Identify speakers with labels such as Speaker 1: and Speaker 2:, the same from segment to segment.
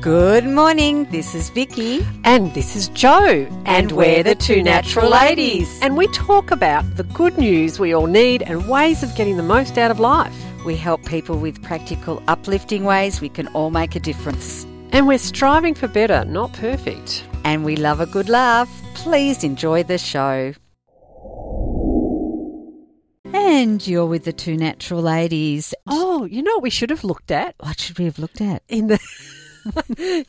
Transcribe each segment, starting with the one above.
Speaker 1: Good morning, this is Vicky.
Speaker 2: And this is Joe. And,
Speaker 1: we're the Two Natural Ladies.
Speaker 2: And we talk about the good news we all need and ways of getting the most out of life.
Speaker 1: We help people with practical, uplifting ways we can all make a difference.
Speaker 2: And we're striving for better, not perfect.
Speaker 1: And we love a good laugh. Please enjoy the show. And you're with the Two Natural Ladies.
Speaker 2: Oh, you know what we should have looked at
Speaker 1: What should we have looked at?
Speaker 2: in the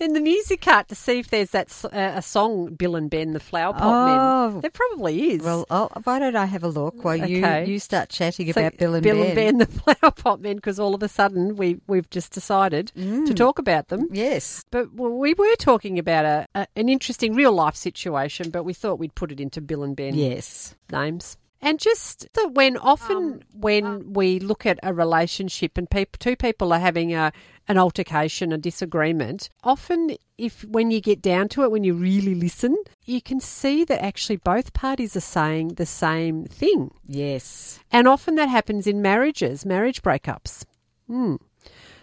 Speaker 2: in the music cart to see if there's that s- uh, a song Bill and Ben the Flower Pot
Speaker 1: Oh.
Speaker 2: Men. There probably is.
Speaker 1: Well, oh, why don't I have a look while you,
Speaker 2: Okay.
Speaker 1: you start chatting
Speaker 2: So
Speaker 1: about Bill and Ben?
Speaker 2: the Flower Pot Men, because all of a sudden we we've just decided
Speaker 1: Mm.
Speaker 2: to talk about them.
Speaker 1: Yes.
Speaker 2: But well, we were talking about a, a an interesting real life situation, but we thought we'd put it into Bill and Ben
Speaker 1: Yes.
Speaker 2: names. And just that when often when we look at a relationship and peop two people are having a an altercation, a disagreement, often if when you get down to it, when you really listen, you can see that actually both parties are saying the same thing.
Speaker 1: Yes.
Speaker 2: And often that happens in marriages, marriage breakups. Mm.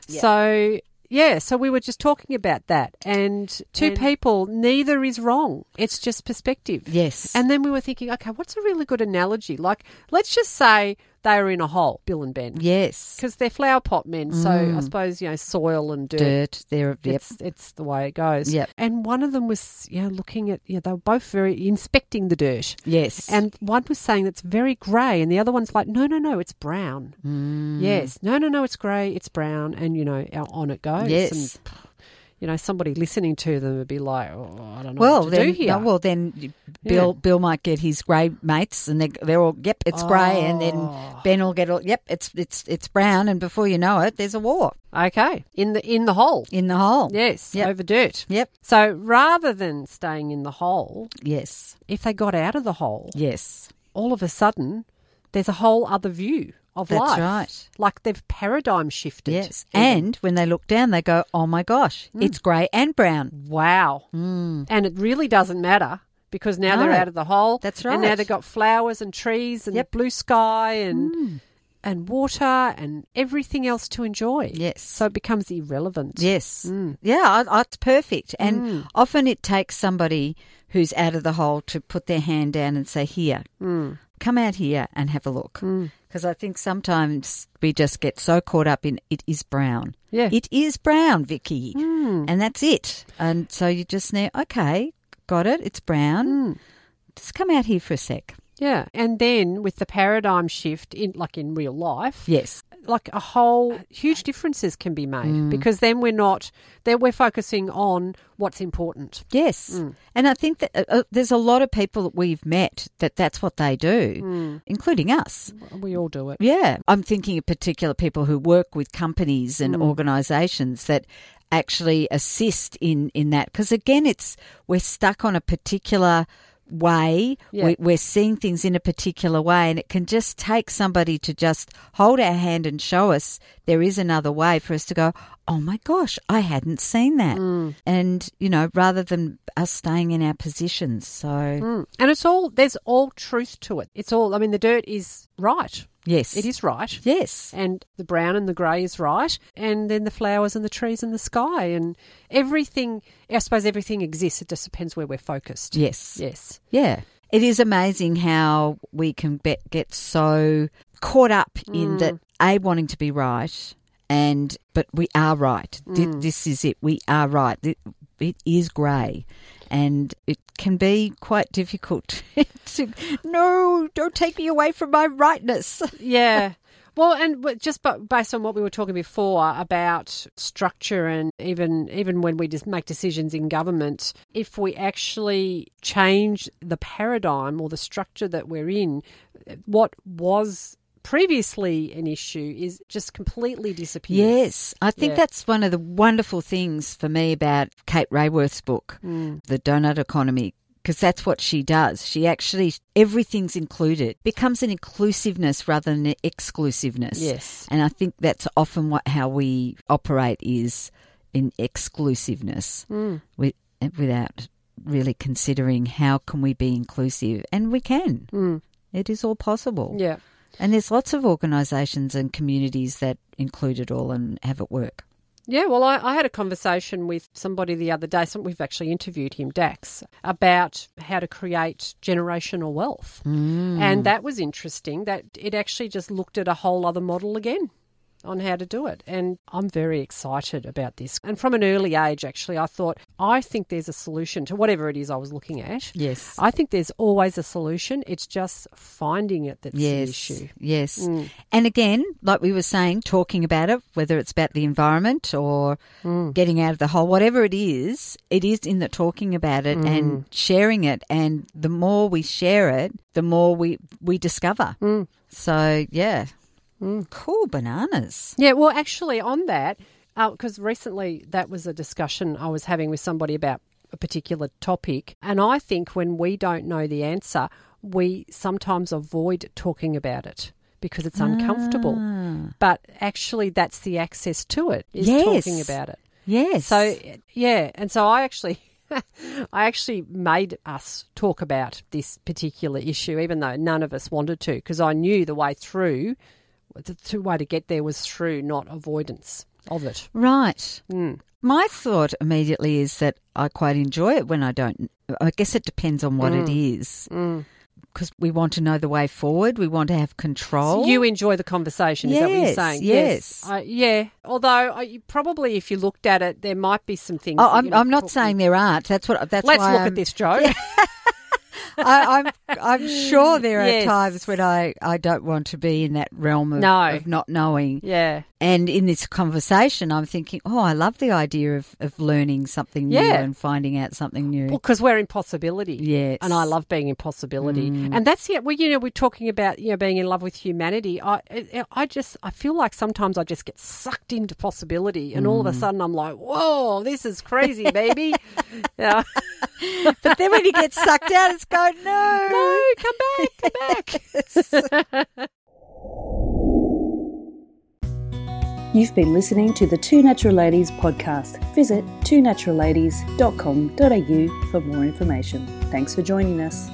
Speaker 2: So, yeah, so we were just talking about that. And two people, neither is wrong. It's just perspective.
Speaker 1: Yes.
Speaker 2: And then we were thinking, okay, what's a really good analogy? Like, let's just say they are in a hole, Bill and Ben,
Speaker 1: yes. Mm.
Speaker 2: because they're flower pot men. So I suppose, you know, soil and dirt.
Speaker 1: Dirt. There. Yep.
Speaker 2: It's, it's the way it goes.
Speaker 1: Yep.
Speaker 2: And one of them was, you know, looking at, you know, they were both very inspecting the dirt.
Speaker 1: Yes.
Speaker 2: And one was saying that's very grey, and the other one's like, no, no, no, it's brown.
Speaker 1: Hmm.
Speaker 2: Yes, no, no, no, it's grey, it's brown, and you know, out- on it goes.
Speaker 1: Yes.
Speaker 2: And, you know, somebody listening to them would be like, oh, I don't know
Speaker 1: Well,
Speaker 2: what to
Speaker 1: then,
Speaker 2: do here.
Speaker 1: no, well, then you- Bill Bill might get his grey mates, and they, they're all yep, it's grey, and
Speaker 2: Oh.
Speaker 1: then Ben will get all yep, it's it's it's brown, and before you know it, there's a war
Speaker 2: okay, in the in the hole.
Speaker 1: in the hole.
Speaker 2: Yes,
Speaker 1: Yep.
Speaker 2: over dirt.
Speaker 1: Yep.
Speaker 2: So rather than staying in the hole,
Speaker 1: Yes.
Speaker 2: if they got out of the hole,
Speaker 1: Yes.
Speaker 2: all of a sudden there's a whole other view of
Speaker 1: That's
Speaker 2: life.
Speaker 1: right.
Speaker 2: Like they've paradigm shifted.
Speaker 1: Yes. And when they look down, they go, "Oh my gosh,
Speaker 2: Hmm.
Speaker 1: it's grey and brown."
Speaker 2: Wow. And it really doesn't matter because now they're
Speaker 1: Mm. No.
Speaker 2: out of the hole.
Speaker 1: That's
Speaker 2: And now
Speaker 1: right.
Speaker 2: they've got flowers and trees and
Speaker 1: Yep. Mm.
Speaker 2: blue sky and and water and everything else to enjoy.
Speaker 1: Yes.
Speaker 2: So it becomes irrelevant.
Speaker 1: Yes. Yeah, I- I- it's perfect. And often it takes somebody who's out of the hole to put their hand down and say, Here, come out here and have a look. Because I think sometimes we just get so caught up in it is brown.
Speaker 2: Yeah.
Speaker 1: It is brown, Vicky. And that's it. And so you just know, okay, got it. It's brown. Just come out here for a sec.
Speaker 2: Yeah. And then with the paradigm shift in like in real life,
Speaker 1: Yes.
Speaker 2: like a
Speaker 1: Uh,
Speaker 2: whole huge differences can be made
Speaker 1: Mm.
Speaker 2: because then we're not then we're focusing on what's important.
Speaker 1: Yes. And I think that uh, uh, there's a lot of people that we've met that that's what they do, including us.
Speaker 2: We all do it.
Speaker 1: Yeah. I'm thinking of particular people who work with companies
Speaker 2: Hmm.
Speaker 1: and organizations that actually assist in, in that. Because again, it's we're stuck on a particular way.
Speaker 2: Yeah.
Speaker 1: We, we're seeing things in a particular way. And it can just take somebody to just hold our hand and show us there is another way for us to go, oh my gosh, I hadn't seen that.
Speaker 2: Hmm.
Speaker 1: And, you know, rather than us staying in our positions. So,
Speaker 2: Mm. And it's all there's all truth to it. It's all I mean the dirt is right.
Speaker 1: yes.
Speaker 2: It is right.
Speaker 1: Yes.
Speaker 2: And the brown and the grey is right. And then the flowers and the trees and the sky and everything, I suppose everything exists. It just depends where we're focused.
Speaker 1: Yes.
Speaker 2: Yes.
Speaker 1: Yeah. It is amazing how we can be- get so caught up in that A, wanting to be right, and but we are right. Th- This is it. We are right. Th- It is grey. And it can be quite difficult to, no, don't take me away from my rightness.
Speaker 2: Yeah. Well, and w- just bu- based on what we were talking before about structure, and even even when we just make decisions in government, if we actually change the paradigm or the structure that we're in, what was previously an issue is just completely disappears.
Speaker 1: Yes, I think
Speaker 2: Yeah.
Speaker 1: that's one of the wonderful things for me about Kate Rayworth's book,
Speaker 2: Mm.
Speaker 1: The Donut Economy, because that's what she does. She actually, everything's included, becomes an inclusiveness rather than an exclusiveness.
Speaker 2: Yes.
Speaker 1: And I think that's often what how we operate is in exclusiveness
Speaker 2: Mm.
Speaker 1: with, without really considering how can we be inclusive and we can
Speaker 2: Mm.
Speaker 1: it is all possible
Speaker 2: Yeah.
Speaker 1: and there's lots of organisations and communities that include it all and have it work.
Speaker 2: Yeah, well, I, I had a conversation with somebody the other day. Some, we've actually interviewed him, Dax, about how to create generational wealth.
Speaker 1: Hmm.
Speaker 2: And that was interesting that it actually just looked at a whole other model again on how to do it. And I'm very excited about this. And from an early age, actually, I thought, I think there's a solution to whatever it is I was looking at.
Speaker 1: Yes.
Speaker 2: I think there's always a solution. It's just finding it that's the issue. Mm.
Speaker 1: Yes. And again, like we were saying, talking about it, whether it's about the environment or
Speaker 2: Mm.
Speaker 1: getting out of the hole, whatever it is, it is in the talking about it
Speaker 2: Mm.
Speaker 1: and sharing it. And the more we share it, the more we, we discover.
Speaker 2: Mm.
Speaker 1: So, yeah. Cool bananas.
Speaker 2: Yeah, well, actually, on that, because recently that was a discussion I was having with somebody about a particular topic. And I think when we don't know the answer, we sometimes avoid talking about it because it's uncomfortable. But actually, that's the access to it, is
Speaker 1: Yes.
Speaker 2: talking about it.
Speaker 1: Yes.
Speaker 2: So yeah, and so I actually, I actually made us talk about this particular issue, even though none of us wanted to, because I knew the way through, the two way to get there was through not avoidance of it. Hmm.
Speaker 1: Right. My thought immediately is that I quite enjoy it when I don't. I guess it depends on what it is. Because we want to know the way forward, we want to have control.
Speaker 2: You enjoy the conversation, is that what you're
Speaker 1: Oh. Yes,
Speaker 2: saying?
Speaker 1: yes.
Speaker 2: I, yeah. Although I, you probably, if you looked at it, there might be some things.
Speaker 1: Oh,
Speaker 2: that
Speaker 1: I'm,
Speaker 2: you're
Speaker 1: I'm not
Speaker 2: talking-
Speaker 1: saying there aren't. That's what. That's
Speaker 2: Let's
Speaker 1: why
Speaker 2: look
Speaker 1: I'm,
Speaker 2: at this, Joe.
Speaker 1: I, I'm. I'm sure there are
Speaker 2: Yes.
Speaker 1: times when I, I don't want to be in that realm of,
Speaker 2: No.
Speaker 1: of not knowing.
Speaker 2: yeah.
Speaker 1: And in this conversation, I'm thinking, oh, I love the idea of, of learning something new
Speaker 2: Yeah.
Speaker 1: and finding out something new.
Speaker 2: because we're in possibility.
Speaker 1: Yes.
Speaker 2: and I love being in possibility. And that's it. Well, you know, we're talking about you know being in love with humanity. I, I- I just, I feel like sometimes I just get sucked into possibility, and all of a sudden I'm like, whoa, this is crazy, baby. yeah.
Speaker 1: but then when you get sucked out, it's going, no.
Speaker 2: No, come back, come back.
Speaker 3: You've been listening to the Two Natural Ladies podcast. Visit twonaturalladies.com.au for more information. Thanks for joining us.